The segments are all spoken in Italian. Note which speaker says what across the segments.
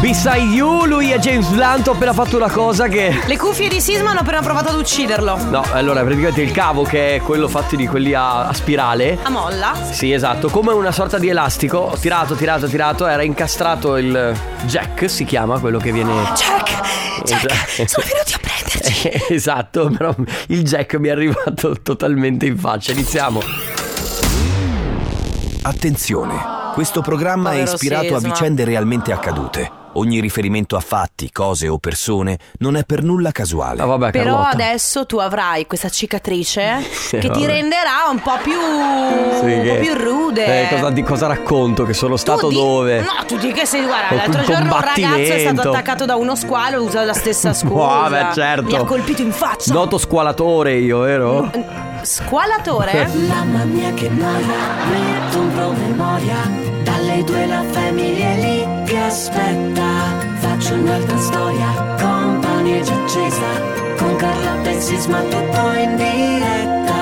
Speaker 1: Beside You, lui e James Blunt ho appena fatto una cosa che...
Speaker 2: Le cuffie di Sisma hanno appena provato ad ucciderlo.
Speaker 1: No, allora praticamente il cavo che è quello fatto di quelli a, a spirale.
Speaker 2: A molla.
Speaker 1: Sì, esatto, come una sorta di elastico. Ho tirato, tirato, tirato, era incastrato il jack, si chiama quello che viene...
Speaker 2: Ah, Jack,
Speaker 1: Esatto.
Speaker 2: Jack, sono venuti a prenderci.
Speaker 1: esatto, però il jack mi è arrivato totalmente in faccia. Iniziamo.
Speaker 3: Attenzione, questo programma è
Speaker 2: Povero
Speaker 3: ispirato a
Speaker 2: Sisma.
Speaker 3: vicende realmente accadute. Ogni riferimento a fatti, cose o persone non è per nulla casuale.
Speaker 1: Ah, vabbè,
Speaker 2: Però
Speaker 1: Carlotta.
Speaker 2: adesso tu avrai questa cicatrice
Speaker 1: Sì,
Speaker 2: che
Speaker 1: vabbè.
Speaker 2: ti renderà un po' più,
Speaker 1: Sì,
Speaker 2: un po'
Speaker 1: che-
Speaker 2: più rude.
Speaker 1: Eh, cosa, di cosa racconto? Che sono
Speaker 2: Tu
Speaker 1: stato
Speaker 2: di-
Speaker 1: dove?
Speaker 2: No, tu di che sei guarda,
Speaker 1: Con
Speaker 2: l'altro
Speaker 1: cui
Speaker 2: giorno un ragazzo è stato
Speaker 1: combattimento.
Speaker 2: attaccato da uno squalo, usa la stessa scusa.
Speaker 1: Vabbè, certo.
Speaker 2: Mi ha colpito in faccia.
Speaker 1: Noto squalatore io, vero?
Speaker 2: Squalatore?
Speaker 4: Mamma mia che noia, metto un promemoria Dalle due la famiglia è lì che aspetta Faccio un'altra storia, compagnia già accesa Con Carla e Sisma tutto in diretta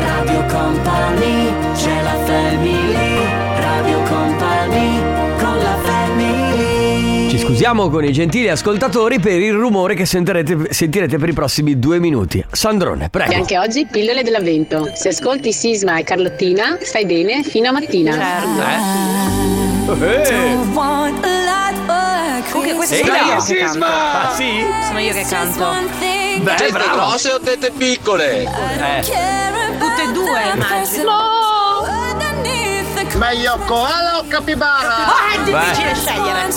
Speaker 4: Radio Company, c'è la family Radio Company, con la family
Speaker 1: Ci scusiamo con i gentili ascoltatori per il rumore che sentirete, sentirete per i prossimi due minuti. Sandrone,
Speaker 5: E
Speaker 1: prego.
Speaker 5: anche oggi pillole dell'avvento. Se ascolti Sisma e Carlottina, stai bene fino a mattina.
Speaker 2: Comunque questa
Speaker 1: Eh, Ehi,
Speaker 2: sono
Speaker 1: là.
Speaker 2: io che canto.
Speaker 1: Ah, sì?
Speaker 2: Sono io che canto.
Speaker 1: Beh, bravo.
Speaker 6: o tette piccole?
Speaker 1: Eh,
Speaker 2: Tutte e due, immagino.
Speaker 6: Meglio koala o capibara?
Speaker 2: Ah, è difficile scegliere.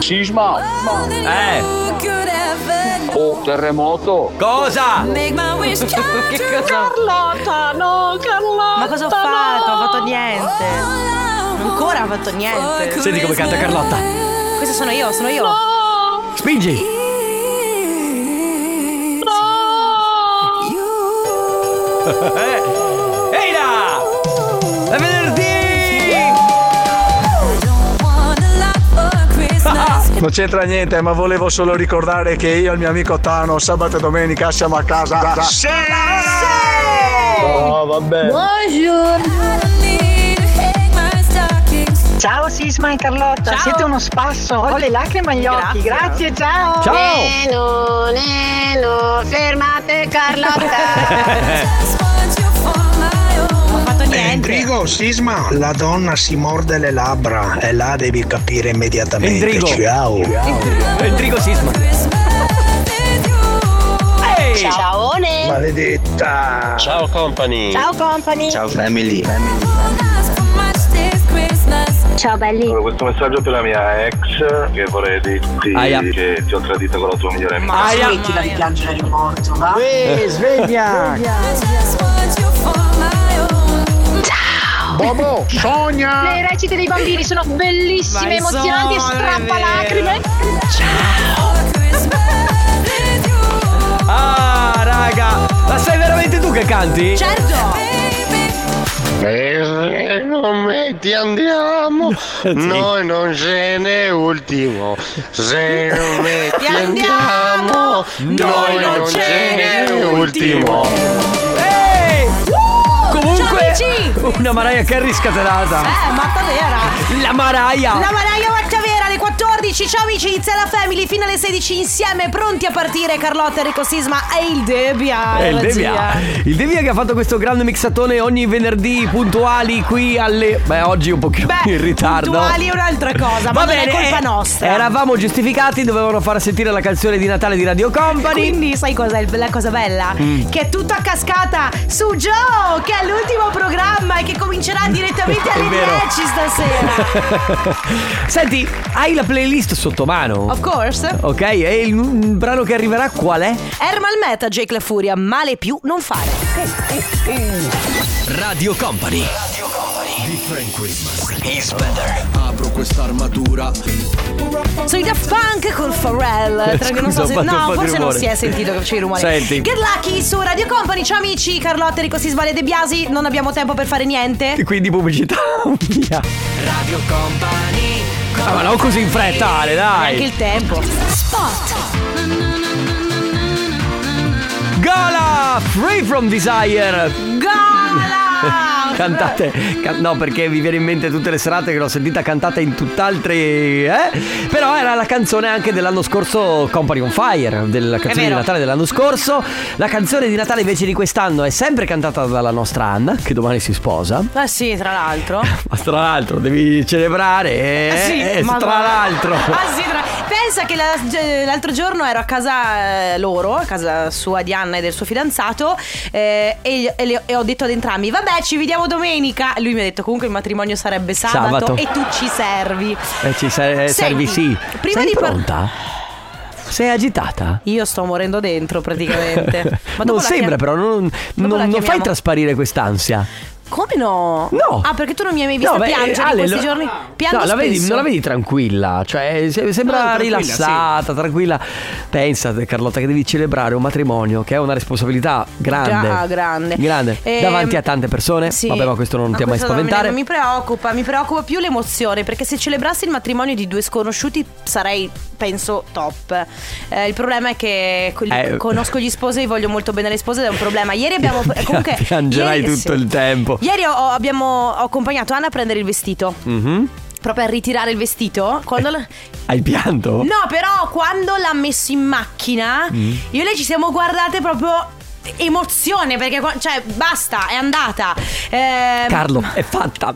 Speaker 6: Sisma
Speaker 1: eh.
Speaker 6: o terremoto?
Speaker 1: Cosa?
Speaker 2: Oh. Che cosa? Carlotta, no, Carlotta. Ma cosa ho fatto? Ho fatto niente. Ancora ho fatto niente.
Speaker 1: Senti come canta Carlotta.
Speaker 2: Questa sono io, sono io.
Speaker 1: Spingi. Eh. Ehi là! È venerdì!
Speaker 6: Non c'entra niente, ma volevo solo ricordare che io e il mio amico Tano sabato e domenica siamo a casa. Sì! Oh, vabbè.
Speaker 7: Ciao Sisma e Carlotta,
Speaker 2: Ciao.
Speaker 7: siete uno spasso, ho le lacrime agli occhi,
Speaker 2: Grazie.
Speaker 7: grazie, ciao!
Speaker 1: Ciao!
Speaker 5: Neno, Neno, fermate Carlotta.
Speaker 2: Non ho fatto niente.
Speaker 8: Enrico, sisma, la donna si morde le labbra e là devi capire immediatamente.
Speaker 1: Enrico.
Speaker 8: Ciao.
Speaker 1: Enrico Sisma. Ehi!
Speaker 7: Ciaone!
Speaker 8: Maledetta.
Speaker 6: Ciao company.
Speaker 7: Ciao company!
Speaker 8: Ciao family.
Speaker 9: Ciao belli.
Speaker 6: Questo messaggio per la mia ex che vorrei dirti
Speaker 1: Aia.
Speaker 6: che ti ho tradito con la tua migliore amica.
Speaker 1: Aia.
Speaker 7: Smettila di piangere il morto, va?
Speaker 8: sveglia.
Speaker 6: Bobo, sogna!
Speaker 9: Le recite dei bambini sono bellissime,
Speaker 2: Vai,
Speaker 9: emozionanti e
Speaker 2: sono, è
Speaker 9: strappalacrime.
Speaker 1: Ah, raga! Ma sei veramente tu che canti?
Speaker 2: Certo.
Speaker 6: Come ti andiamo? Noi non ce n'è ultimo. Se non
Speaker 2: Ti andiamo.
Speaker 6: noi non ce n'è ultimo.
Speaker 1: Ehi!
Speaker 2: Boh,
Speaker 1: Comunque,
Speaker 2: Ciao,
Speaker 1: una Mariah Carey scatenata.
Speaker 2: Eh, matta vera.
Speaker 1: La Mariah!
Speaker 2: La Maraia Mattavera alle 14, ciao amici, inizia la family fino alle 16 insieme, pronti a partire Carlotta, Enrico Sisma e il Debia.
Speaker 1: È il
Speaker 2: la
Speaker 1: Devia.
Speaker 2: zia.
Speaker 1: Il Devia che ha fatto questo grande mixatone ogni venerdì puntuali qui alle... Beh, oggi un pochino
Speaker 2: Beh,
Speaker 1: in ritardo.
Speaker 2: puntuali è un'altra cosa, ma non è colpa
Speaker 1: eh,
Speaker 2: nostra.
Speaker 1: Eravamo giustificati, dovevano far sentire la canzone di Natale di Radio Company.
Speaker 2: Quindi sai cos'è il- la cosa bella?
Speaker 1: Mm.
Speaker 2: Che è tutta cascata su Joe, che è l'ultimo programma e che comincerà direttamente alle
Speaker 1: vero.
Speaker 2: 10 stasera.
Speaker 1: Senti, hai la playlist sotto mano?
Speaker 2: Of course.
Speaker 1: Ok, e il il brano che arriverà qual è?
Speaker 2: Ermal Meta, Jake La Furia, male più non fare.
Speaker 1: Radio Company.
Speaker 2: Sono i Daft Punk col Pharrell. Tra che non so
Speaker 1: Eh, Scusa, ho fatto
Speaker 2: se.
Speaker 1: un
Speaker 2: No,
Speaker 1: po' di
Speaker 2: forse non
Speaker 1: rumore.
Speaker 2: si è sentito che c'è il rumore.
Speaker 1: Senti.
Speaker 2: Get lucky su Radio Company. Ciao amici, Carlotta, Enrico Sisma e De Biasi. Non abbiamo tempo per fare niente.
Speaker 1: E quindi pubblicità. Via. Radio Company. Ah, ma non così in fretta, Ale, dai.
Speaker 2: Anche il tempo.
Speaker 1: Gala Free from Desire.
Speaker 2: Gola!
Speaker 1: Cantate. ca- no, perché vi viene in mente tutte le serate che l'ho sentita cantata in tutt'altri. Eh? Però era la canzone anche dell'anno scorso, Company on Fire, della canzone di
Speaker 2: vero.
Speaker 1: Natale dell'anno scorso. La canzone di Natale invece di quest'anno è sempre cantata dalla nostra Anna, che domani si sposa.
Speaker 2: Ah sì, tra l'altro.
Speaker 1: Ma tra l'altro devi celebrare. eh?
Speaker 2: Ah, sì,
Speaker 1: Eh,
Speaker 2: ma-
Speaker 1: tra l'altro.
Speaker 2: Ah sì, tra Pensa che la- ge- l'altro giorno ero a casa eh, loro, a casa sua di Anna e del suo fidanzato, eh, e, e le- e ho detto ad entrambi, vabbè ci vediamo domenica. Lui mi ha detto comunque il matrimonio sarebbe
Speaker 1: Sabato.
Speaker 2: sabato, e tu ci servi.
Speaker 1: Eh, ci ser-
Speaker 2: Senti,
Speaker 1: servi sì.
Speaker 2: prima
Speaker 1: Sei
Speaker 2: di par-
Speaker 1: pronta? Sei agitata?
Speaker 2: Io sto morendo dentro praticamente. Ma dopo
Speaker 1: non
Speaker 2: la
Speaker 1: sembra
Speaker 2: chiam-
Speaker 1: però, non, non-
Speaker 2: la
Speaker 1: non fai
Speaker 2: chiamiamo.
Speaker 1: trasparire quest'ansia.
Speaker 2: Come no?
Speaker 1: No.
Speaker 2: Ah, perché tu non mi hai mai vista
Speaker 1: beh, eh,
Speaker 2: piangere
Speaker 1: Ale,
Speaker 2: in questi
Speaker 1: lo-
Speaker 2: giorni? Piango
Speaker 1: no, la vedi-
Speaker 2: spesso.
Speaker 1: non la vedi tranquilla, cioè se- sembra rilassata, tranquilla. Pensa Carlotta che devi celebrare un matrimonio che è una responsabilità grande.
Speaker 2: Gra- ah, grande. Ehm,
Speaker 1: Davanti a tante persone.
Speaker 2: sì.
Speaker 1: Vabbè, ma questo non
Speaker 2: Ma
Speaker 1: ti ha mai
Speaker 2: questo non mi-
Speaker 1: spaventare.
Speaker 2: Mi preoccupa, mi preoccupa più l'emozione perché se celebrassi il matrimonio di due sconosciuti sarei, penso, top. Eh, il problema è che co-
Speaker 1: Eh.
Speaker 2: conosco gli sposi e voglio molto bene le spose ed è un problema. Ieri abbiamo...
Speaker 1: Pia-
Speaker 2: comunque,
Speaker 1: piangerai
Speaker 2: ieri-
Speaker 1: tutto
Speaker 2: sì.
Speaker 1: il tempo.
Speaker 2: Ieri ho, ho- abbiamo, ho accompagnato Anna a prendere il vestito.
Speaker 1: Mhm.
Speaker 2: Proprio a ritirare il vestito. Quando...
Speaker 1: Eh.
Speaker 2: la-
Speaker 1: Hai pianto?
Speaker 2: No, però quando l'ha messo in macchina,
Speaker 1: Mm.
Speaker 2: io e lei ci siamo guardate proprio emozione perché qua- cioè basta, è andata. Ehm,
Speaker 1: Carlo, è fatta.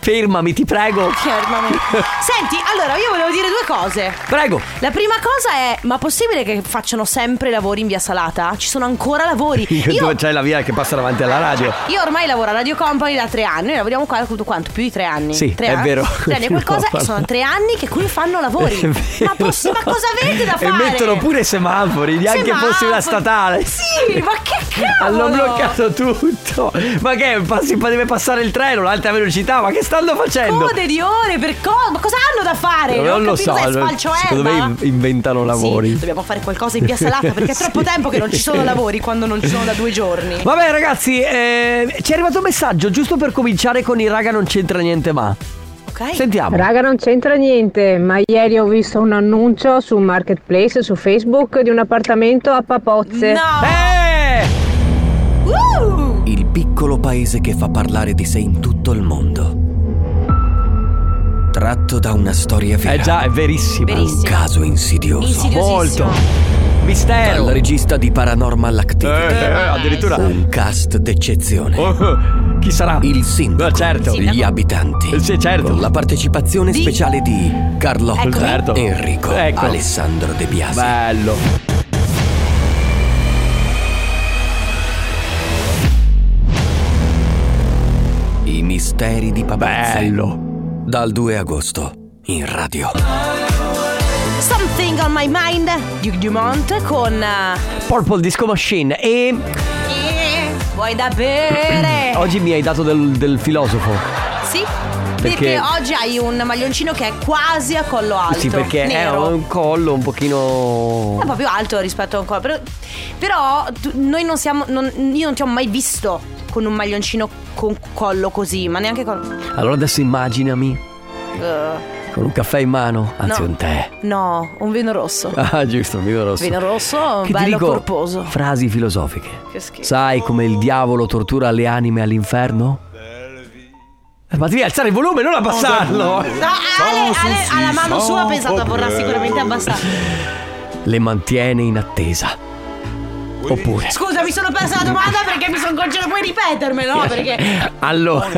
Speaker 1: Fermami, ti prego.
Speaker 2: fermami. Senti, allora io volevo dire due cose.
Speaker 1: Prego.
Speaker 2: La prima cosa è, ma possibile che facciano sempre lavori in via salata? Ci sono ancora lavori. Io,
Speaker 1: Dove c'è la via che passa davanti alla radio.
Speaker 2: io ormai lavoro a Radio Company da tre anni, noi lavoriamo qua da quanto? Più di tre anni.
Speaker 1: Sì,
Speaker 2: tre
Speaker 1: è
Speaker 2: anni.
Speaker 1: vero.
Speaker 2: Tre anni e qualcosa,
Speaker 1: Continuano.
Speaker 2: sono tre anni che qui fanno lavori.
Speaker 1: È
Speaker 2: Ma,
Speaker 1: vero.
Speaker 2: possi- ma cosa avete da fare?
Speaker 1: E mettono pure semafori, neanche
Speaker 2: Semafori.
Speaker 1: fosse una statale.
Speaker 2: Sì, ma che cavolo!
Speaker 1: Hanno bloccato tutto. Ma che passi, deve passare il treno, l'alta velocità, ma che stanno facendo? Eh,
Speaker 2: Code di ore per cosa? Ma cosa hanno da fare?
Speaker 1: non,
Speaker 2: ho
Speaker 1: lo
Speaker 2: capito
Speaker 1: so,
Speaker 2: se è
Speaker 1: allora,
Speaker 2: spalcio
Speaker 1: secondo me
Speaker 2: erba?
Speaker 1: in- inventano lavori.
Speaker 2: Sì, dobbiamo fare qualcosa in via salata perché è
Speaker 1: Sì.
Speaker 2: troppo tempo che non ci sono lavori quando non ci sono da due giorni.
Speaker 1: Vabbè ragazzi, eh, ci è arrivato un messaggio giusto per cominciare con il raga non c'entra niente ma.
Speaker 2: Ok?
Speaker 1: Sentiamo.
Speaker 5: Raga, non c'entra niente, ma ieri ho visto un annuncio su Marketplace, su Facebook, di un appartamento a Papozze.
Speaker 2: No!
Speaker 1: Eh!
Speaker 2: Uh!
Speaker 3: Il piccolo paese che fa parlare di sé in tutto il mondo. Tratto da una storia vera.
Speaker 1: Eh già, è verissimo.
Speaker 2: Verissimo.
Speaker 3: Un caso insidioso.
Speaker 2: Insidiosissimo.
Speaker 1: Molto. Mistero.
Speaker 3: Dal regista di Paranormal Activity.
Speaker 1: Eh, eh, addirittura.
Speaker 3: Un cast d'eccezione.
Speaker 1: Oh, chi sarà?
Speaker 3: Il sindaco.
Speaker 1: Eh, certo.
Speaker 3: Gli abitanti.
Speaker 1: Sì, certo.
Speaker 3: Con la partecipazione
Speaker 2: Di-
Speaker 3: speciale di Carlotta,
Speaker 2: Eccomi.
Speaker 1: Certo.
Speaker 3: Enrico,
Speaker 1: Ecco.
Speaker 3: Alessandro De Biasi.
Speaker 1: Bello.
Speaker 3: I misteri di Papazze.
Speaker 1: Bello.
Speaker 3: Dal 2 agosto. In radio.
Speaker 2: Something on my mind di Dumont con eh,
Speaker 1: Purple Disco Machine. E
Speaker 2: eh, Vuoi da bere?
Speaker 1: oggi mi hai dato del, del filosofo.
Speaker 2: Sì? Perché...
Speaker 1: Perché-
Speaker 2: oggi hai un maglioncino che è quasi a collo alto.
Speaker 1: Eh sì, perché
Speaker 2: nero. Eh,
Speaker 1: è un collo un pochino.
Speaker 2: È un po' più alto rispetto a un corpo. Però, però tu- noi non siamo. non- io non ti ho mai visto con un maglioncino con collo così, ma neanche con.
Speaker 1: Allora adesso immaginami
Speaker 2: eh,
Speaker 1: con un caffè in mano, anzi
Speaker 2: No.
Speaker 1: un tè.
Speaker 2: no, un vino rosso.
Speaker 1: Ah, giusto, vino rosso.
Speaker 2: Vino rosso,
Speaker 1: Che ti
Speaker 2: bello
Speaker 1: dico,
Speaker 2: corposo.
Speaker 1: Frasi filosofiche.
Speaker 2: Che schifo.
Speaker 1: Sai come il diavolo tortura le anime all'inferno? Eh, Ma devi alzare il volume, non abbassarlo!
Speaker 2: No, Ale, Ale alla mano sua ha pensato vorrà sicuramente abbassare.
Speaker 1: Le mantiene in attesa. Oppure.
Speaker 2: Scusa, mi sono persa la domanda perché mi sono concentrata. Puoi ripetermelo? No, perché.
Speaker 1: Allora,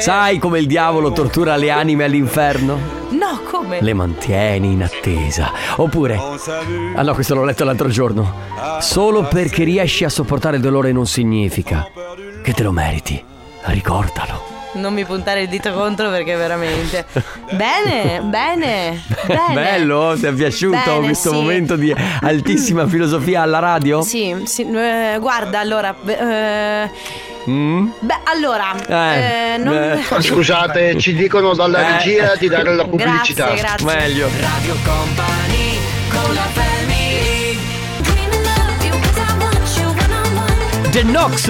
Speaker 1: sai come il diavolo tortura le anime all'inferno?
Speaker 2: No, come?
Speaker 1: Le mantiene in attesa. Oppure, ah no, questo l'ho letto l'altro giorno. Solo perché riesci a sopportare il dolore non significa che te lo meriti. Ricordalo.
Speaker 2: Non mi puntare il dito contro perché veramente. Bene, bene, bene.
Speaker 1: Bello, ti è piaciuto
Speaker 2: Bene,
Speaker 1: questo
Speaker 2: sì.
Speaker 1: momento di altissima filosofia alla radio?
Speaker 2: Sì, sì, eh, guarda, allora. eh,
Speaker 1: Mm?
Speaker 2: beh, allora.
Speaker 1: Eh,
Speaker 2: eh, non-
Speaker 1: eh,
Speaker 10: Scusate, ci dicono dalla
Speaker 1: Eh.
Speaker 10: regia di dare la pubblicità.
Speaker 2: Grazie, grazie.
Speaker 1: Meglio. The Knox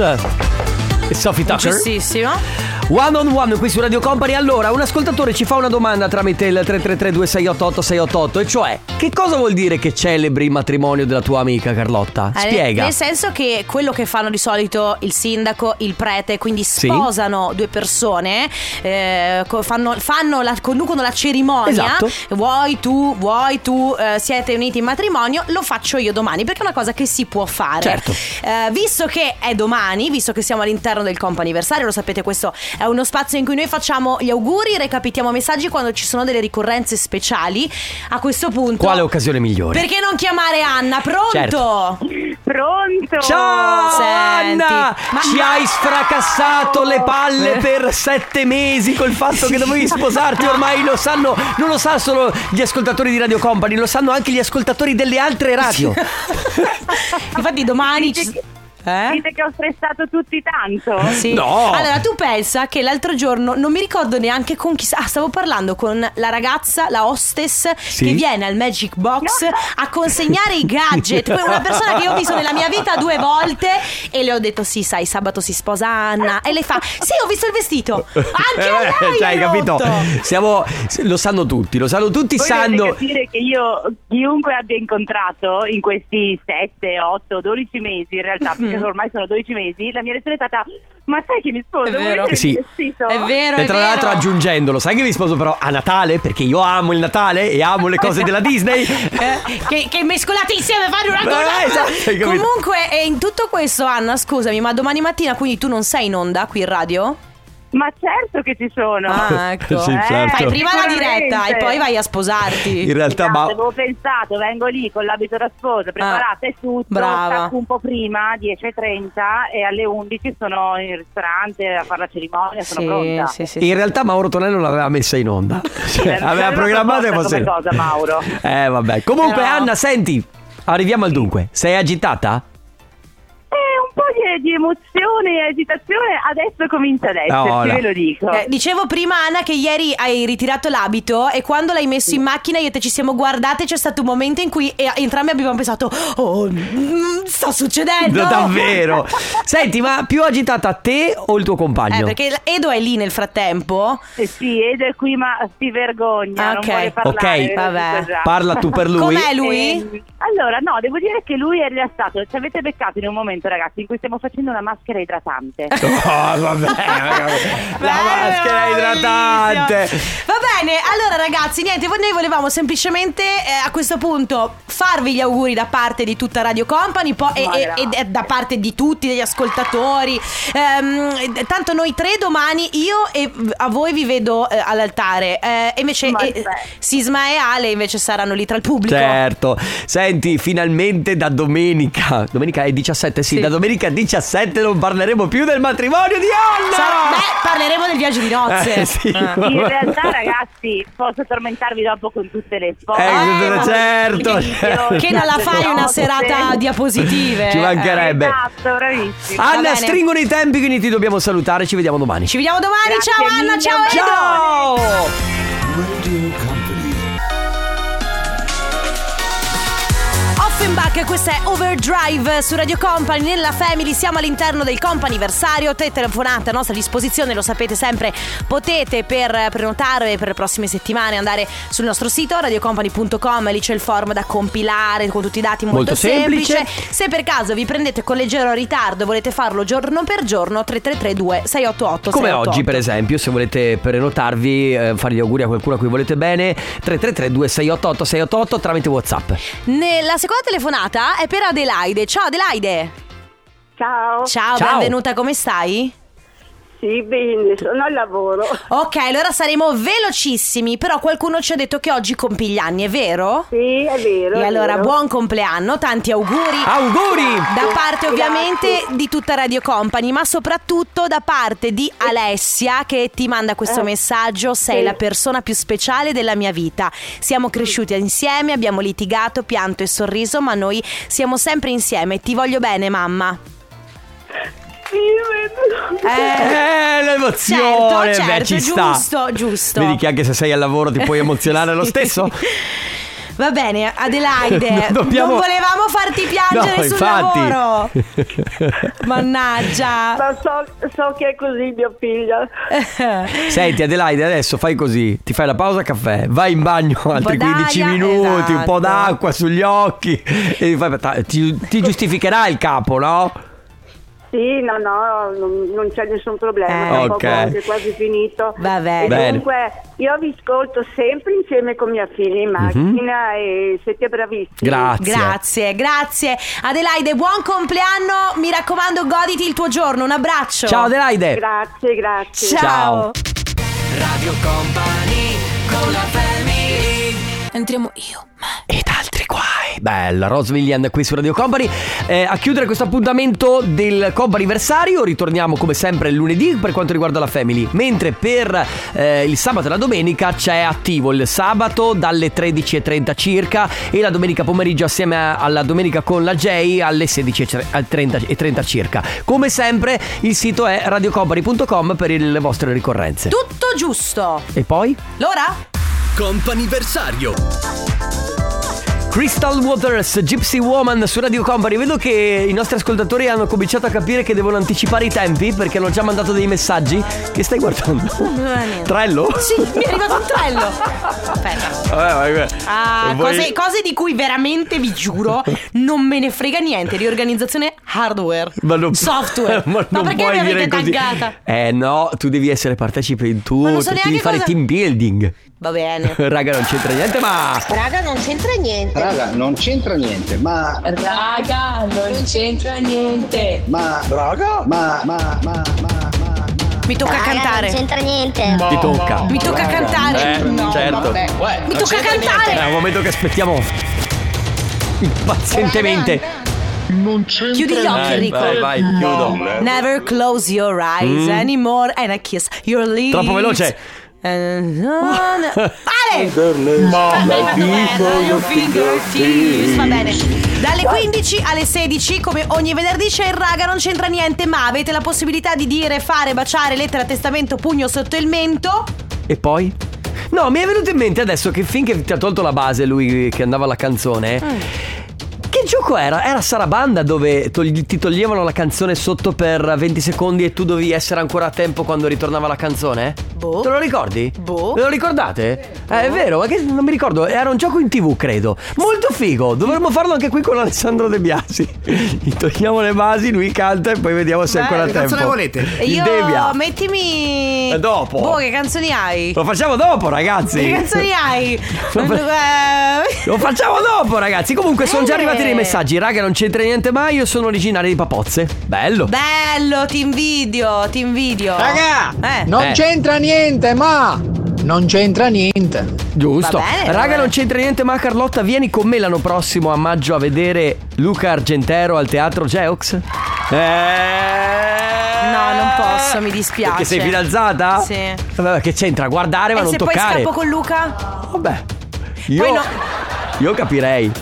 Speaker 1: e Sophie Tucker.
Speaker 2: Giustissimo.
Speaker 1: One on one qui su Radio Company. Allora, un ascoltatore ci fa una domanda tramite il 333 2688 688 e cioè, che cosa vuol dire che celebri il matrimonio della tua amica Carlotta?
Speaker 2: Eh,
Speaker 1: Spiega.
Speaker 2: Nel senso che quello che fanno di solito il sindaco, il prete, quindi
Speaker 1: Sì.
Speaker 2: sposano due persone, eh, co- fanno, fanno la- conducono la cerimonia.
Speaker 1: Esatto.
Speaker 2: Vuoi tu, vuoi tu, eh, siete uniti in matrimonio, lo faccio io domani perché è una cosa che si può fare.
Speaker 1: Certo.
Speaker 2: Eh, visto che è domani, visto che siamo all'interno del comp anniversario, lo sapete, questo è uno spazio in cui noi facciamo gli auguri, recapitiamo messaggi quando ci sono delle ricorrenze speciali. A questo punto...
Speaker 1: Quale occasione migliore?
Speaker 2: Perché non chiamare Anna? Pronto?
Speaker 1: Certo.
Speaker 7: Pronto?
Speaker 1: Ciao
Speaker 2: Senti,
Speaker 1: Anna!
Speaker 2: ma-
Speaker 1: Ci hai sfracassato le palle per sette mesi col fatto che dovevi sposarti. Ormai lo sanno, non lo sanno solo gli ascoltatori di Radio Company, lo sanno anche gli ascoltatori delle altre radio.
Speaker 2: Infatti domani ci... Eh?
Speaker 7: Dite che ho stressato tutti tanto.
Speaker 2: Sì.
Speaker 1: No.
Speaker 2: Allora, tu pensa che l'altro giorno non mi ricordo neanche con chi. Ah, stavo parlando con la ragazza, la hostess,
Speaker 1: Sì.
Speaker 2: che viene al Magic Box a consegnare i gadget. Poi una persona che io ho visto nella mia vita due volte e le ho detto: Sì, sai, sabato si sposa Anna. E lei fa: Sì, ho visto il vestito. Anche a
Speaker 1: Eh,
Speaker 2: lei
Speaker 1: cioè, hai
Speaker 2: è
Speaker 1: capito?
Speaker 2: rotto."
Speaker 1: Siamo, lo sanno tutti, lo sanno tutti,
Speaker 7: Voi dovete
Speaker 1: sanno.
Speaker 7: capire che io chiunque abbia incontrato in questi 7, 8, 12 mesi, in realtà, perché ormai sono 12 mesi, la mia reazione è stata "Ma sai che mi sposo?"
Speaker 2: È
Speaker 7: Vuoi
Speaker 2: vero.
Speaker 7: vedere il
Speaker 1: Sì.
Speaker 7: vestito?"
Speaker 2: È vero.
Speaker 1: E
Speaker 2: è
Speaker 1: tra
Speaker 2: vero.
Speaker 1: l'altro aggiungendolo, sai che mi sposo però a Natale? Perché io amo il Natale e amo le cose della Disney.
Speaker 2: Eh, che, che mescolate insieme fare una
Speaker 1: Eh,
Speaker 2: cosa
Speaker 1: esatto, hai capito.
Speaker 2: comunque e in tutto questo Anna scusami ma domani mattina quindi tu non sei in onda qui in radio?
Speaker 7: Ma certo che ci sono.
Speaker 2: ah ecco
Speaker 1: Sì, certo.
Speaker 2: fai prima la
Speaker 7: Sicuramente.
Speaker 2: diretta e poi vai a sposarti
Speaker 1: In realtà,
Speaker 7: Esatto,
Speaker 1: ma.
Speaker 7: avevo pensato, vengo lì con l'abito da sposa, preparata e tutto,
Speaker 2: Ah, brava.
Speaker 7: stacco un po' prima, 10.30 e alle 11 sono in ristorante a fare la cerimonia, sono pronta.
Speaker 2: sì, sì, sì.
Speaker 1: In realtà Mauro Tonello l'aveva messa in onda. Cioè,
Speaker 7: l'aveva
Speaker 1: aveva programmato e
Speaker 7: proposta
Speaker 1: fosse.
Speaker 7: come cosa, Mauro.
Speaker 1: Eh, vabbè. Comunque,
Speaker 2: Però-
Speaker 1: Anna, senti, arriviamo al dunque. Sei agitata?
Speaker 7: Eh, un po' di, di emozione e agitazione adesso comincia ad esserci,
Speaker 1: Ora.
Speaker 7: ve lo dico.
Speaker 2: Eh, dicevo prima Anna che ieri hai ritirato l'abito e quando l'hai messo in macchina io e te ci siamo guardate c'è stato un momento in cui eh, entrambi abbiamo pensato oh mm, sta
Speaker 7: Eh,
Speaker 2: succedendo
Speaker 1: Davvero. Senti, ma più agitata te o il tuo compagno?
Speaker 2: eh, perché l- Edo è lì nel frattempo
Speaker 7: Eh sì, ed è qui ma si vergogna,
Speaker 2: Ok.
Speaker 7: non vuole parlare.
Speaker 1: Ok,
Speaker 2: vabbè.
Speaker 7: già.
Speaker 1: Parla tu per lui. Eh,
Speaker 2: com'è lui?
Speaker 7: Ehm, allora, no, devo dire che lui è rilassato. Ci avete beccato in un momento, ragazzi, in cui stiamo facendo una maschera idratante.
Speaker 11: Eh.
Speaker 1: Oh, vabbè, vabbè. La
Speaker 2: Bello,
Speaker 1: maschera idratante.
Speaker 2: bellissimo. Va bene, allora ragazzi, niente, vo- noi volevamo semplicemente eh, a questo punto farvi gli auguri da parte di tutta Radio Company poi- e,
Speaker 7: Ma
Speaker 2: e-
Speaker 7: grazie.
Speaker 2: ed- eh, da parte di tutti, degli ascoltatori. Ehm, ed- tanto noi tre domani, io e v- a voi vi vedo eh, all'altare. Eh, e invece
Speaker 7: Ma
Speaker 2: eh,
Speaker 7: beh.
Speaker 2: Sisma e Ale invece saranno lì tra il pubblico.
Speaker 1: Certo, senti, finalmente da domenica, domenica è 17, sì,
Speaker 2: Sì.
Speaker 1: da domenica 17 non parleremo più del matrimonio di Anna.
Speaker 2: Sa- beh, parleremo del viaggio di nozze.
Speaker 1: Eh, sì.
Speaker 2: Ah.
Speaker 7: In realtà, ragazzi, posso tormentarvi dopo con tutte le foto.
Speaker 1: Eh,
Speaker 2: ma-
Speaker 1: certo. Certo.
Speaker 2: Che non la fai una serata di diapositive.
Speaker 1: Ci
Speaker 2: Eh.
Speaker 1: mancherebbe.
Speaker 7: Esatto, bravissimo.
Speaker 2: Ah,
Speaker 1: Anna,
Speaker 2: bene.
Speaker 1: stringono i tempi, quindi ti dobbiamo salutare, ci vediamo domani.
Speaker 2: Ci vediamo domani.
Speaker 7: Grazie
Speaker 2: ciao Anna,
Speaker 7: mille,
Speaker 2: ciao Edo.
Speaker 1: Ciao!
Speaker 2: Offenbach, questa è Overdrive su Radio Company nella Family, siamo all'interno del companiversario, tre telefonate a nostra disposizione, lo sapete sempre, potete per eh, prenotare per le prossime settimane andare sul nostro sito radiocompany.com, lì c'è il form da compilare con tutti i dati molto,
Speaker 1: Molto semplice.
Speaker 2: Se per caso vi prendete con leggero ritardo e volete farlo giorno per giorno, 3332 688
Speaker 1: Come oggi, per esempio, se volete prenotarvi, eh, fare gli auguri a qualcuno a cui volete bene, 333 2688 688 tramite WhatsApp.
Speaker 2: Nella seconda telefonata è per Adelaide. Ciao Adelaide.
Speaker 7: Ciao.
Speaker 2: Ciao,
Speaker 1: Ciao.
Speaker 2: benvenuta, come stai?
Speaker 7: Sì, bene, sono al lavoro.
Speaker 2: Ok, allora saremo velocissimi, però qualcuno ci ha detto che oggi compi gli anni, è vero?
Speaker 7: Sì, è vero.
Speaker 2: E allora buon compleanno, tanti
Speaker 1: Ah,
Speaker 2: auguri.
Speaker 1: Auguri!
Speaker 2: Da parte ovviamente di tutta Radio Company, ma soprattutto da parte di Alessia che ti manda questo messaggio. Sei
Speaker 7: sì.
Speaker 2: la persona più speciale della mia vita. Siamo cresciuti insieme, abbiamo litigato, pianto e sorriso, ma noi siamo sempre insieme. Ti voglio bene, mamma. Eh,
Speaker 1: Eh, l'emozione,
Speaker 2: Certo,
Speaker 1: beh,
Speaker 2: certo,
Speaker 1: ci sta.
Speaker 2: giusto, giusto.
Speaker 1: Vedi che anche se sei al lavoro ti puoi emozionare lo
Speaker 2: Sì.
Speaker 1: stesso?
Speaker 2: Va bene, Adelaide,
Speaker 1: No, dobbiamo-
Speaker 2: non volevamo farti piangere
Speaker 1: no,
Speaker 2: sul
Speaker 1: infatti.
Speaker 2: lavoro. Mannaggia.
Speaker 12: Ma so, so che è così mio figlio.
Speaker 1: Senti Adelaide, adesso fai così, ti fai la pausa caffè, vai in bagno altri 15
Speaker 2: d'aria,
Speaker 1: minuti, un
Speaker 2: esatto.
Speaker 1: po' d'acqua sugli occhi e fai- ta- ti, ti giustificherà il capo, no?
Speaker 12: Sì, no, no, non, non c'è nessun problema.
Speaker 1: Eh.
Speaker 12: Dopo
Speaker 1: Ok.
Speaker 12: È quasi finito. Va
Speaker 1: Bene.
Speaker 12: Comunque, io vi ascolto sempre insieme con mia figlia in macchina e siete bravissimi.
Speaker 1: Mhm. Grazie.
Speaker 2: Grazie, grazie. Adelaide, buon compleanno. Mi raccomando, goditi il tuo giorno. Un abbraccio.
Speaker 1: Ciao, Adelaide.
Speaker 2: Grazie, grazie.
Speaker 1: Ciao.
Speaker 4: Radio Company con la Entriamo io.
Speaker 1: Bella, Rose Millian qui su Radio Company. Eh, a chiudere questo appuntamento del Comp anniversario, ritorniamo come sempre il lunedì per quanto riguarda la Family. Mentre per eh, il sabato e la domenica c'è attivo il sabato dalle 13.30 circa e la domenica pomeriggio assieme a- alla domenica con la J alle 16.30 circa. Come sempre il sito è radiocompany.com per il- le vostre ricorrenze.
Speaker 2: Tutto giusto.
Speaker 1: E poi?
Speaker 2: L'ora?
Speaker 1: Comp'anniversario Crystal Waters, Gypsy Woman su Radio Company. Vedo che i nostri ascoltatori hanno cominciato a capire che devono anticipare i tempi perché hanno già mandato dei messaggi. Che stai guardando? Trello? Eh,
Speaker 2: Sì, mi è arrivato un trello. Aspetta.
Speaker 1: Vabbè, vabbè.
Speaker 2: Ah,
Speaker 1: Voi-
Speaker 2: cose, cose di cui veramente vi giuro non me ne frega niente. Riorganizzazione hardware,
Speaker 1: Ma non-
Speaker 2: software.
Speaker 1: Ma non
Speaker 2: perché
Speaker 1: puoi
Speaker 2: mi avete
Speaker 1: dire così.
Speaker 2: taggata?
Speaker 1: Eh no, tu devi essere partecipe in tutto,
Speaker 2: non so
Speaker 1: devi
Speaker 2: neanche
Speaker 1: fare
Speaker 2: cosa-
Speaker 1: team building.
Speaker 2: Va bene.
Speaker 1: Raga, non c'entra niente, ma
Speaker 9: Raga, non c'entra niente.
Speaker 10: Raga, non c'entra niente, ma.
Speaker 9: Raga, non c'entra niente.
Speaker 10: Ma. Raga? Ma, ma, ma.
Speaker 2: Mi tocca
Speaker 9: Raga,
Speaker 2: cantare.
Speaker 9: non c'entra niente.
Speaker 2: Oh,
Speaker 1: ti tocca.
Speaker 2: Mi tocca cantare.
Speaker 1: Eh, certo.
Speaker 2: Mi tocca cantare.
Speaker 1: È un momento che aspettiamo impazientemente.
Speaker 10: Non c'entra
Speaker 2: Chiudi gli occhi, Enrico.
Speaker 1: Vai, vai, chiudo.
Speaker 2: Never close your eyes
Speaker 1: Mm.
Speaker 2: anymore and I kiss your lips. Eh,
Speaker 1: Troppo veloce.
Speaker 2: And on- Vale!
Speaker 4: Mama,
Speaker 2: people,
Speaker 4: your
Speaker 2: finger Yes, Va bene. Dalle 15 alle 16, come ogni venerdì, c'è il raga, non c'entra niente, ma avete la possibilità di dire, fare, baciare, lettera, testamento, pugno sotto il mento.
Speaker 1: E poi? No, mi è venuto in mente adesso che finché ti ha tolto la base lui che andava alla canzone. Che gioco era? Era Sarabanda dove togli- ti toglievano la canzone sotto per 20 secondi e tu dovevi essere ancora a tempo quando ritornava la canzone? Boh. Te lo ricordi? Boh. Ve lo ricordate? Eh, è vero, ma che non mi ricordo. Era un gioco in tv, credo. Molto figo. Dovremmo farlo anche qui con Alessandro De Biasi. Gli togliamo le basi, lui canta e poi vediamo se è ancora a
Speaker 11: che
Speaker 1: tempo.
Speaker 11: canzone volete?
Speaker 2: E
Speaker 1: Il
Speaker 2: io
Speaker 1: De Biasi.
Speaker 2: mettimi.
Speaker 1: Eh, dopo.
Speaker 2: Boh, che canzoni hai?
Speaker 1: Lo facciamo dopo, ragazzi.
Speaker 2: Che canzoni hai? Eh,
Speaker 1: Lo facciamo dopo, ragazzi. Comunque, sono già arrivati dei messaggi. Raga, non c'entra niente mai. Io sono originario di Papozze. Bello.
Speaker 2: Bello, ti invidio, ti invidio.
Speaker 11: Raga,
Speaker 2: Eh.
Speaker 11: non
Speaker 1: Eh.
Speaker 11: c'entra niente, ma non c'entra niente.
Speaker 1: Giusto.
Speaker 11: Va bene, va
Speaker 1: Raga,
Speaker 11: bene.
Speaker 1: non c'entra niente, ma Carlotta, vieni con me l'anno prossimo a maggio a vedere Luca Argentero al teatro Geox. Eh.
Speaker 2: No, non posso, mi dispiace.
Speaker 1: Perché sei fidanzata?
Speaker 2: Sì.
Speaker 1: Vabbè, che c'entra? Guardare, ma
Speaker 2: e
Speaker 1: non
Speaker 2: se poi
Speaker 1: toccare.
Speaker 2: scappo con Luca?
Speaker 1: Vabbè. Io,
Speaker 2: Poi no-
Speaker 1: io capirei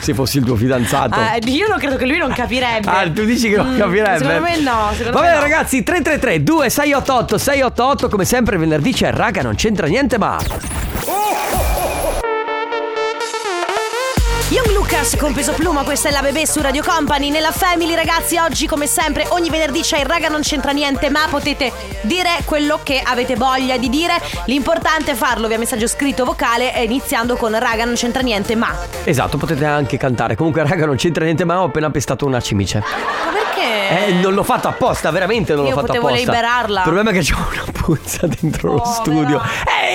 Speaker 1: se fossi il tuo fidanzato.
Speaker 2: Ah, io non credo che lui non capirebbe.
Speaker 1: Ecco. Ah, tu dici che non
Speaker 2: Mm,
Speaker 1: capirebbe?
Speaker 2: Secondo me no. Secondo
Speaker 1: Va
Speaker 2: me
Speaker 1: bene,
Speaker 2: no.
Speaker 1: ragazzi, 333 2688 688 come sempre venerdì c'è raga, non c'entra niente, ma
Speaker 2: Young Lucas con peso pluma, questa è la bebè su Radio Company. Nella Family, ragazzi, oggi come sempre, ogni venerdì c'è il raga, non c'entra niente, ma potete dire quello che avete voglia di dire. L'importante è farlo via messaggio scritto o vocale, eh, iniziando con raga, non c'entra niente, ma. Ma
Speaker 1: Esatto, potete anche cantare. Comunque, raga, non c'entra niente, ma ho appena pestato una cimice.
Speaker 2: perché?
Speaker 1: Eh, non l'ho fatto apposta, veramente non
Speaker 2: Io
Speaker 1: l'ho fatto
Speaker 2: potevo
Speaker 1: apposta.
Speaker 2: liberarla.
Speaker 1: Il problema è che c'ho una puzza dentro lo studio.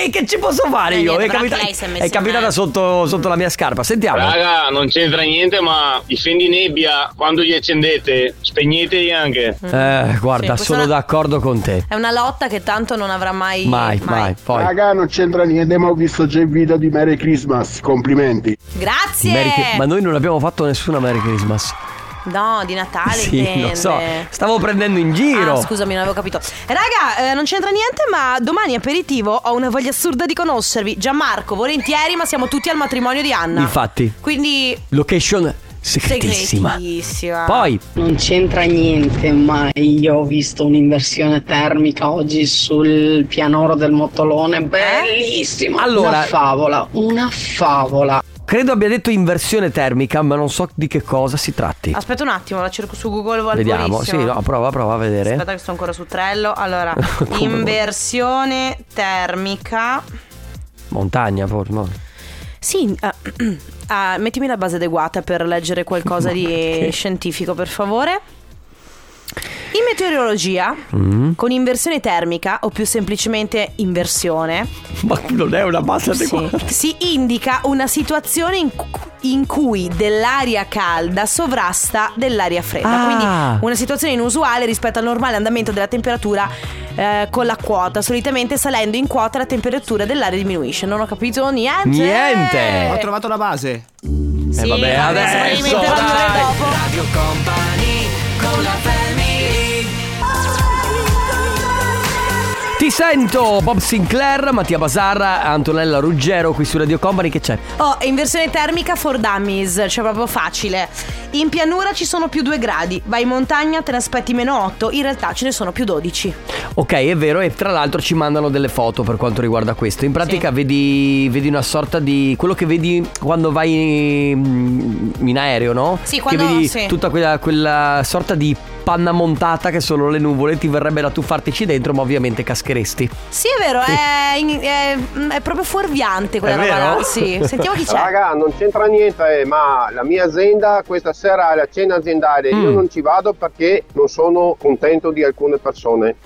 Speaker 1: Eh, che ci posso fare
Speaker 2: Eh,
Speaker 1: io?
Speaker 2: niente,
Speaker 1: È,
Speaker 2: però anche
Speaker 1: capita-
Speaker 2: lei si è messa
Speaker 1: è capitata sotto, sotto la mia scarpa. Sentiamo.
Speaker 13: Raga, non c'entra niente, ma i fendinebbia quando li accendete, spegneteli anche.
Speaker 1: Eh, guarda,
Speaker 2: Mm. Sì, questa
Speaker 1: sono
Speaker 2: è una-
Speaker 1: d'accordo con te.
Speaker 2: È una lotta che tanto non avrà mai.
Speaker 1: Mai, mai, poi.
Speaker 10: Raga, non c'entra niente, ma ho visto già il video di Merry Christmas. Complimenti.
Speaker 2: Grazie!
Speaker 1: Merry Chri- Ma noi non abbiamo fatto nessuna Merry Christmas.
Speaker 2: No, di Natale
Speaker 1: Sì,
Speaker 2: intende.
Speaker 1: lo so. Stavo prendendo in
Speaker 2: Ah,
Speaker 1: giro.
Speaker 2: scusami, non avevo capito. Raga, eh, non c'entra niente, ma domani aperitivo ho una voglia assurda di conoscervi. Gianmarco, volentieri, ma siamo tutti al matrimonio di Anna.
Speaker 1: Infatti,
Speaker 2: Quindi
Speaker 1: location segretissima.
Speaker 2: segretissima.
Speaker 1: Poi,
Speaker 14: Non c'entra niente, ma io ho visto un'inversione termica oggi sul pianoro del motolone, bellissima.
Speaker 1: Allora-
Speaker 14: una favola, una favola.
Speaker 1: Credo abbia detto inversione termica, ma non so di che cosa si tratti.
Speaker 2: Aspetta un attimo, la cerco su Google.
Speaker 1: Vediamo, sì,
Speaker 2: Valvolissimo.
Speaker 1: no, prova, prova a vedere.
Speaker 2: Aspetta che sto ancora su Trello. Allora,
Speaker 1: Come vuoi.
Speaker 2: inversione termica.
Speaker 1: Montagna, forse. no.
Speaker 2: Sì, ah, ah, mettimi la base adeguata per leggere qualcosa di scientifico, per favore. In meteorologia,
Speaker 1: Mm.
Speaker 2: con inversione termica o più semplicemente inversione,
Speaker 1: Ma non è una base
Speaker 2: sì,
Speaker 1: adeguata.
Speaker 2: si indica una situazione in, cu- in cui dell'aria calda sovrasta dell'aria fredda.
Speaker 1: Ah.
Speaker 2: Quindi una situazione inusuale rispetto al normale andamento della temperatura eh, con la quota. Solitamente salendo in quota la temperatura dell'aria diminuisce. Non ho capito niente.
Speaker 1: Niente. Ho
Speaker 15: trovato la base.
Speaker 1: Eh, vabbè,
Speaker 2: vabbè,
Speaker 1: adesso.
Speaker 2: probabilmente la
Speaker 1: dai.
Speaker 2: vedrò dopo.
Speaker 4: Radio Company con la
Speaker 1: Ti sento Bob Sinclair, Mattia Basarra, Antonella Ruggero qui su Radio Company che c'è.
Speaker 2: Oh, e in versione termica for dummies, cioè proprio facile. In pianura ci sono più 2 gradi, vai in montagna te ne aspetti meno 8, in realtà ce ne sono più 12.
Speaker 1: Ok, è vero, e tra l'altro ci mandano delle foto per quanto riguarda questo. In pratica vedi, vedi una sorta di. quello che vedi quando vai mm, in aereo, no?
Speaker 2: Sì, quando-
Speaker 1: Che vedi
Speaker 2: sì.
Speaker 1: tutta quella, quella sorta di panna montata che sono le nuvole, ti verrebbe da tuffartici dentro, ma ovviamente cascheresti.
Speaker 2: Sì, è vero, è, in- è- mm, è proprio fuorviante quella
Speaker 1: È
Speaker 2: roba
Speaker 1: vero?
Speaker 2: là. Sì, sentiamo chi
Speaker 16: Cioè.
Speaker 2: c'è.
Speaker 17: Raga, non c'entra niente, eh, ma la mia azienda questa sera è la cena aziendale.
Speaker 16: Mm.
Speaker 17: Io non ci vado perché non sono contento di alcune persone.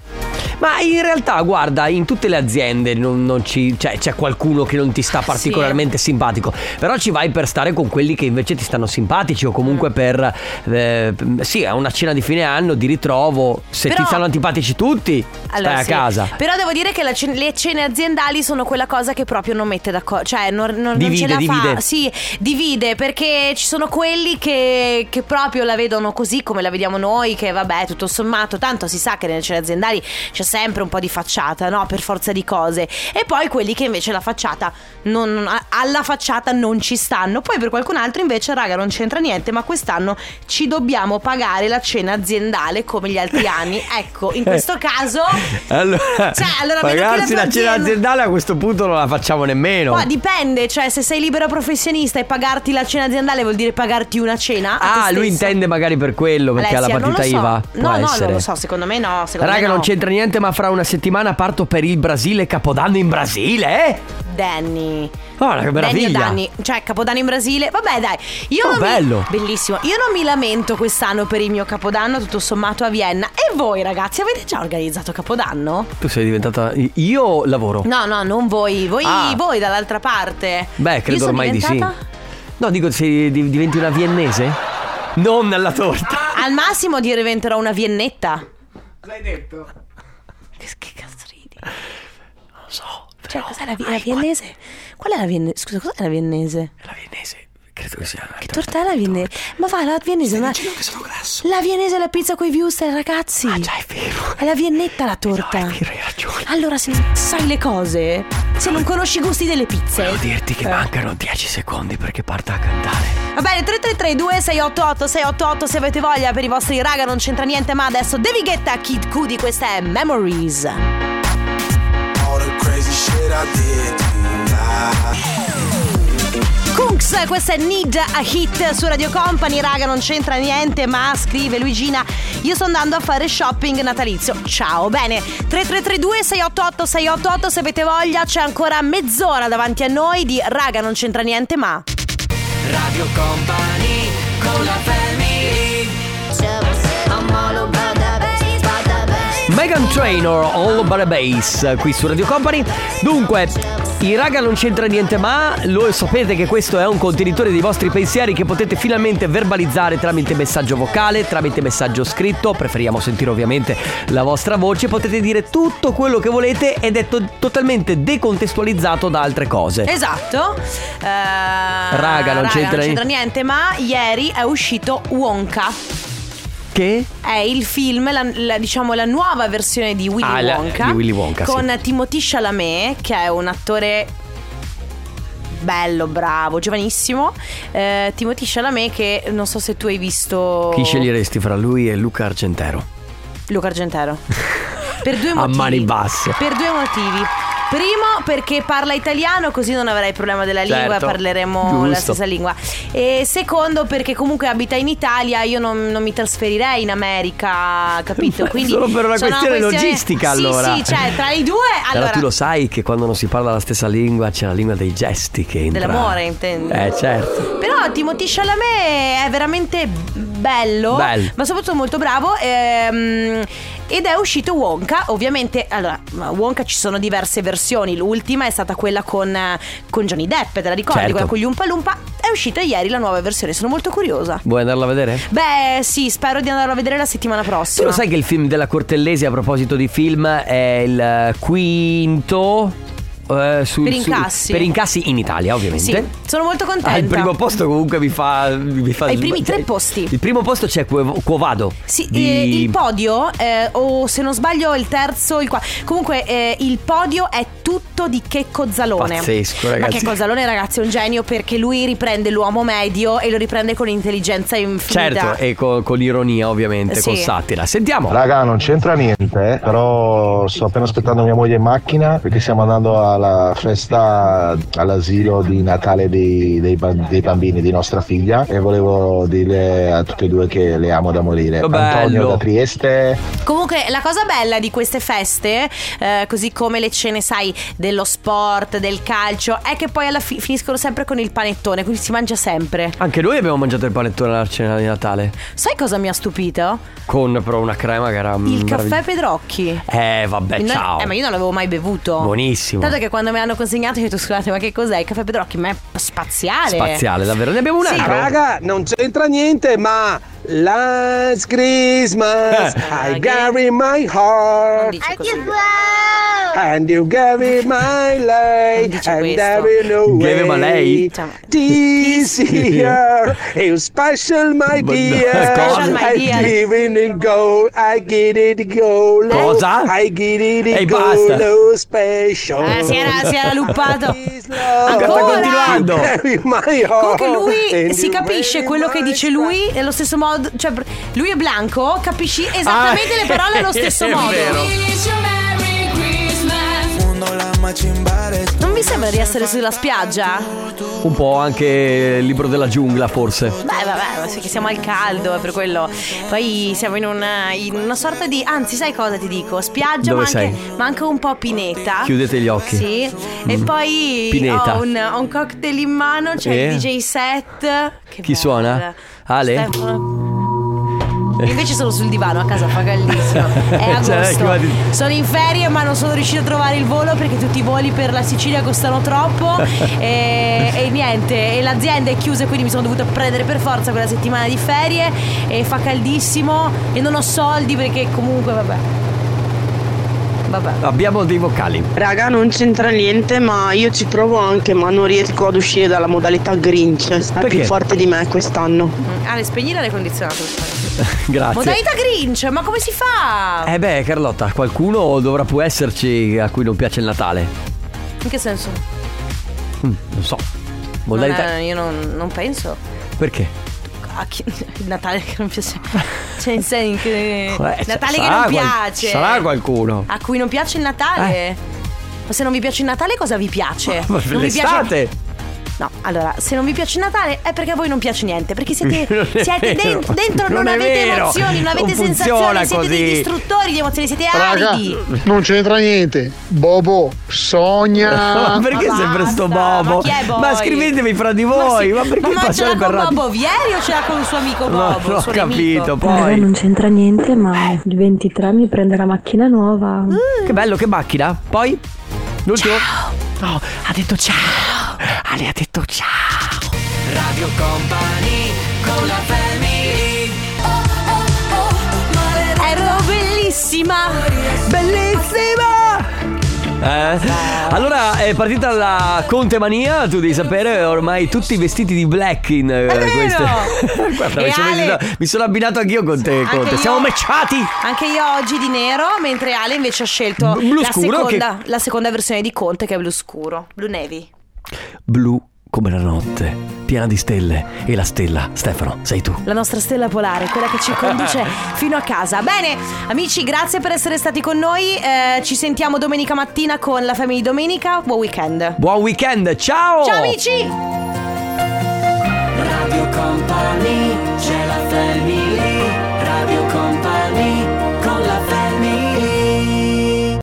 Speaker 1: Ma in realtà, guarda, in tutte le aziende non, non ci, cioè, c'è qualcuno che non ti sta particolarmente simpatico. Però ci vai per stare con quelli che invece ti stanno simpatici, o
Speaker 2: Mm.
Speaker 1: comunque per. eh, sì, a una cena di fine anno, di ritrovo. Se
Speaker 2: Però-
Speaker 1: ti stanno antipatici tutti, stai
Speaker 2: sì.
Speaker 1: a casa.
Speaker 2: Però devo dire che la cen- le cene aziendali sono quella cosa che proprio non mette d'accordo. Cioè, non, non- non
Speaker 1: Divide,
Speaker 2: ce la fa.
Speaker 1: divide.
Speaker 2: Sì, divide perché ci sono quelli che, che proprio la vedono così come la vediamo noi. Che vabbè, tutto sommato, tanto si sa che nelle cene aziendali c'è sempre un po' di facciata, no? Per forza di cose. E poi quelli che invece la facciata non- a- alla facciata non ci stanno. Poi per qualcun altro invece, raga, non c'entra niente, ma quest'anno ci dobbiamo pagare la cena aziendale come gli altri anni. Ecco, in questo caso.
Speaker 1: Allora,
Speaker 2: Cioè, allora vedo che la
Speaker 1: pagarsi la cena
Speaker 2: azienda-
Speaker 1: aziendale a questo punto non la facciamo nemmeno.
Speaker 2: Qua dipende, cioè se sei libero professionista e pagarti la cena aziendale vuol dire pagarti una cena. a
Speaker 1: Ah,
Speaker 2: te
Speaker 1: lui
Speaker 2: stesso.
Speaker 1: intende magari per quello, perché alla
Speaker 2: Alessia, non
Speaker 1: partita
Speaker 2: lo so.
Speaker 1: IVA. può
Speaker 2: No, no,
Speaker 1: essere.
Speaker 2: non lo so, secondo me no. Secondo
Speaker 1: Raga,
Speaker 2: me
Speaker 1: non
Speaker 2: no.
Speaker 1: c'entra niente, ma fra una settimana parto per il Brasile, Capodanno in Brasile, eh?
Speaker 2: Danny.
Speaker 1: Guarda, Oh, che
Speaker 2: Danny e
Speaker 1: meraviglia.
Speaker 2: Danny, cioè Capodanno in Brasile. Vabbè, dai. Io
Speaker 1: Oh,
Speaker 2: non mi-
Speaker 1: bello.
Speaker 2: Bellissimo. Io non mi lamento quest'anno per il mio Capodanno, tutto sommato a Vienna. E voi, ragazzi, avete già organizzato Capodanno?
Speaker 1: Tu sei diventata. Io lavoro.
Speaker 2: No, no, non voi. Voi,
Speaker 1: Ah.
Speaker 2: voi dall'altra parte.
Speaker 1: Beh, credo
Speaker 2: Io sono
Speaker 1: ormai
Speaker 2: diventata-
Speaker 1: di sì. No, dico, se di- diventi una viennese? Non alla torta.
Speaker 2: Al massimo diventerò una viennetta.
Speaker 15: L'hai detto?
Speaker 2: Cioè, cos'è la, vi- la viennese? Qual è la viennese? Scusa, cos'è la viennese?
Speaker 1: La viennese, credo che sia.
Speaker 2: Che torta è la viennese? Ma va, la viennese. Ma... che sono grasso. La viennese è la pizza con i wurstel, ragazzi. Ah, già, è vero. È la viennetta la torta. No, è vero, hai ragione. Allora, se non sai le cose, se non conosci i gusti delle pizze.
Speaker 1: Devo dirti che mancano 10 secondi perché parta a cantare.
Speaker 2: Va bene, 3332 688 688 se avete voglia per i vostri raga, non c'entra niente, ma adesso David Guetta, Kid Cudi, questa è Memories. Kunks, questa è Need a Hit su Radio Company, raga, non c'entra niente, ma scrive Luigina, io sto andando a fare shopping natalizio. Ciao, bene. 3332 688 688 se avete voglia, c'è ancora mezz'ora davanti a noi di raga, non c'entra niente, ma
Speaker 4: Radio Company con la
Speaker 1: Megan Trainor, All About a Bass, qui su Radio Company. Dunque, i raga non c'entra niente ma, lo sapete che questo è un contenitore dei vostri pensieri che potete finalmente verbalizzare tramite messaggio vocale, tramite messaggio scritto, preferiamo sentire ovviamente la vostra voce, potete dire tutto quello che volete ed è to- totalmente decontestualizzato da altre cose.
Speaker 2: Esatto. Eh,
Speaker 1: Raga, non c'entra ni-
Speaker 2: niente, ma ieri è uscito Wonka.
Speaker 1: Che?
Speaker 2: È il film, la, la- diciamo la nuova versione di Willy
Speaker 1: Ah, la-
Speaker 2: Wonka.
Speaker 1: di Willy Wonka, sì.
Speaker 2: Con Timothy Chalamet, che è un attore bello, bravo, giovanissimo. Eh, Timothy Chalamet, che non so se tu hai visto.
Speaker 1: Chi sceglieresti fra lui e Luca Argentero?
Speaker 2: Luca Argentero. per due
Speaker 1: A
Speaker 2: motivi.
Speaker 1: mani basse.
Speaker 2: Per due motivi. Primo perché parla italiano così non avrai il problema della lingua,
Speaker 1: Certo.
Speaker 2: parleremo
Speaker 1: Giusto.
Speaker 2: la stessa lingua. E secondo perché comunque abita in Italia, io non, non mi trasferirei in America, capito? Quindi
Speaker 1: Solo per una
Speaker 2: sono
Speaker 1: questione logistica,
Speaker 2: Sì,
Speaker 1: allora.
Speaker 2: Sì, cioè tra i due allora
Speaker 1: Allora, tu lo sai che quando non si parla la stessa lingua c'è la lingua dei gesti che entra.
Speaker 2: Dell'amore, intendo.
Speaker 1: Eh, certo.
Speaker 2: Però Timothy Chalamet è veramente bello,
Speaker 1: Bello.
Speaker 2: ma soprattutto molto bravo. ehm, ed è uscito Wonka, ovviamente. Allora, ma Wonka ci sono diverse versioni. L'ultima è stata quella con, eh, con Johnny Depp, te la ricordi?
Speaker 1: Certo.
Speaker 2: Quella con gli Umpa Lumpa. È uscita ieri la nuova versione, sono molto curiosa.
Speaker 1: Vuoi andarla a vedere?
Speaker 2: Beh, sì, spero di andarla a vedere la settimana
Speaker 1: Tu
Speaker 2: prossima.
Speaker 1: lo sai che il film della Cortellesi, a proposito di film, è il eh, quinto. eh, sul-
Speaker 2: Per
Speaker 1: sul-
Speaker 2: incassi.
Speaker 1: per incassi in Italia, ovviamente.
Speaker 2: Sì, sono molto contenta.
Speaker 1: Al primo posto comunque mi fa... Mi fa
Speaker 2: Ai primi
Speaker 1: sba-
Speaker 2: tre posti.
Speaker 1: Il primo posto c'è Cuevo- Cuovado.
Speaker 2: Sì,
Speaker 1: di-
Speaker 2: eh, il podio, eh, o se non sbaglio il terzo, il quarto. Comunque eh, il podio è tutto di Checco Zalone.
Speaker 1: Pazzesco,
Speaker 2: Ma
Speaker 1: ragazzi.
Speaker 2: Checco Zalone, ragazzi, è un genio perché lui riprende l'uomo medio e lo riprende con intelligenza infinita.
Speaker 1: Certo, e co- con, ironia ovviamente,
Speaker 2: Eh, Sì.
Speaker 1: con satira. Sentiamo.
Speaker 18: Raga, non c'entra niente, eh, però sto appena aspettando mia moglie in macchina perché stiamo andando alla festa all'asilo di Natale dei, dei ban- dei bambini di nostra figlia e volevo dire a tutte e due che le amo da morire.
Speaker 1: Che bello.
Speaker 18: Eh, Antonio da Trieste.
Speaker 2: Comunque la cosa bella di queste feste, eh, così come le cene, sai, dello sport, del calcio, è che poi alla fine finiscono sempre con il panettone, quindi si mangia sempre.
Speaker 1: Anche noi abbiamo mangiato il panettone alla cena di Natale.
Speaker 2: Sai cosa mi ha stupito?
Speaker 1: Con però una crema che era...
Speaker 2: Il
Speaker 1: meravigliosa.
Speaker 2: caffè Pedrocchi.
Speaker 1: Mm, Eh, vabbè,
Speaker 2: Non-
Speaker 1: ciao.
Speaker 2: eh, ma io non l'avevo mai bevuto.
Speaker 1: Buonissimo.
Speaker 2: Tanto che quando me l'hanno consegnato, ho detto: Scusate, ma che cos'è? Il caffè Pedrocchi? Ma è spaziale.
Speaker 1: Spaziale, davvero. Ne abbiamo un altro.
Speaker 16: Raga, non c'entra niente, ma Last Christmas
Speaker 1: Eh.
Speaker 16: I gave my heart and you gave my life and there is no
Speaker 1: Gave
Speaker 16: way
Speaker 1: my light.
Speaker 16: this year is special my
Speaker 1: Ma no,
Speaker 16: dear
Speaker 1: Special, my
Speaker 16: I
Speaker 1: dear.
Speaker 16: give it a go I give it a go low.
Speaker 1: Cosa?
Speaker 16: I give it a
Speaker 1: E
Speaker 16: go
Speaker 1: basta.
Speaker 16: low special
Speaker 2: Eh, si era, si era luppato.
Speaker 16: Oh. Sta
Speaker 2: Ancora.
Speaker 16: continuando. Gave my heart
Speaker 2: Comunque lui
Speaker 16: and
Speaker 2: si
Speaker 16: you
Speaker 2: capisce quello che dice lui nello stesso modo. Cioè, br- lui è blanco, capisci esattamente
Speaker 4: Ah,
Speaker 2: le parole allo stesso
Speaker 4: è
Speaker 2: modo.
Speaker 4: vero.
Speaker 2: Non vi sembra di essere sulla spiaggia?
Speaker 1: Un po' anche il libro della giungla, forse.
Speaker 2: Beh, vabbè, ma sì che siamo al caldo, è per quello. Poi siamo in una, in una sorta di. Anzi, sai cosa ti dico? Spiaggia,
Speaker 1: Dove
Speaker 2: ma anche,
Speaker 1: sei?
Speaker 2: ma anche un po' pineta.
Speaker 1: Chiudete gli occhi.
Speaker 2: Sì. E
Speaker 1: Mm.
Speaker 2: poi
Speaker 1: Pineta.
Speaker 2: ho un, ho un cocktail in mano, c'è
Speaker 1: Eh?
Speaker 2: il DJ set. Che
Speaker 1: Chi suona? Ale?
Speaker 2: Stefano. Invece sono sul divano a casa, fa caldissimo. È
Speaker 1: Cioè,
Speaker 2: agosto.
Speaker 1: guardi-
Speaker 2: Sono in ferie, ma non sono riuscita a trovare il volo perché tutti i voli per la Sicilia costano troppo. e, e niente, e l'azienda è chiusa, quindi mi sono dovuta prendere per forza quella settimana di ferie. E fa caldissimo e non ho soldi perché comunque, vabbè. Vabbè.
Speaker 1: Abbiamo dei vocali.
Speaker 19: Raga, non c'entra niente, ma io ci provo anche, ma non riesco ad uscire dalla modalità Grinch. È
Speaker 1: Perché?
Speaker 19: più forte di me quest'anno.
Speaker 2: Mm, Ale, spegni l'aria condizionata. per favore.
Speaker 1: Grazie.
Speaker 2: Modalità Grinch, ma come si fa?
Speaker 1: Eh beh, Carlotta, qualcuno dovrà pure esserci a cui non piace il Natale.
Speaker 2: In che senso?
Speaker 1: Mm, non so.
Speaker 2: Non
Speaker 1: Modalità.
Speaker 2: è- io non, non penso.
Speaker 1: Perché?
Speaker 2: A chi, il Natale che non piace. Cioè, in senso che.
Speaker 1: Eh,
Speaker 2: Natale che
Speaker 1: sarà
Speaker 2: non
Speaker 1: qual-
Speaker 2: piace.
Speaker 1: sarà qualcuno.
Speaker 2: A cui non piace il Natale. Ma se non vi piace il Natale, cosa vi piace?
Speaker 1: Ma
Speaker 2: non vi piace.
Speaker 1: l'estate.
Speaker 2: No, allora, se non vi piace il Natale è perché a voi non piace niente, perché siete,
Speaker 1: Non è
Speaker 2: siete
Speaker 1: vero.
Speaker 2: den- dentro, non,
Speaker 1: Non è
Speaker 2: avete
Speaker 1: vero.
Speaker 2: emozioni, non avete
Speaker 1: Non funziona
Speaker 2: sensazioni, siete dei
Speaker 1: così.
Speaker 2: distruttori di emozioni, siete aridi.
Speaker 20: non c'entra niente. Bobo, sogna.
Speaker 1: Ah, Ma perché sempre sto Bobo?
Speaker 2: chi è Boy?
Speaker 1: Ma scrivetemi fra di voi, ma,
Speaker 2: sì,
Speaker 1: perché
Speaker 2: ma ce l'ha
Speaker 1: passare
Speaker 2: con
Speaker 1: per radio?
Speaker 2: Bobo Vieri o ce l'ha con il suo amico
Speaker 1: No,
Speaker 2: Bobo?
Speaker 1: non ho
Speaker 2: il suo nemico?
Speaker 1: capito,
Speaker 21: Raga,
Speaker 1: poi.
Speaker 21: non c'entra niente, ma il 23 mi prende la macchina nuova.
Speaker 1: Che bello, che macchina. Poi? L'ultimo? No, ha detto ciao. Ale ha detto ciao.
Speaker 4: Radio Company con la family.
Speaker 2: Ero bellissima.
Speaker 1: Bellissima. Eh? Allora è partita la contemania, tu devi sapere, ormai tutti vestiti di black in eh, queste. Guarda, mi, sono
Speaker 2: E Ale-
Speaker 1: vestito- mi sono abbinato anch'io con te,
Speaker 2: Anche
Speaker 1: Conte.
Speaker 2: io-
Speaker 1: Siamo matchati.
Speaker 2: Anche io oggi di nero, mentre Ale invece ha scelto
Speaker 1: Blu
Speaker 2: la
Speaker 1: scuro
Speaker 2: seconda, la seconda versione di Conte che è blu scuro, blu navy.
Speaker 1: Blu come la notte, piena di stelle. E la stella, Stefano, sei tu.
Speaker 2: La nostra stella polare, quella che ci conduce fino a casa. Bene, amici, grazie per essere stati con noi. Eh, ci sentiamo domenica mattina con la Family Domenica. Buon weekend.
Speaker 1: Buon weekend, ciao!
Speaker 2: Ciao amici!
Speaker 4: Radio Company, c'è la famiglia.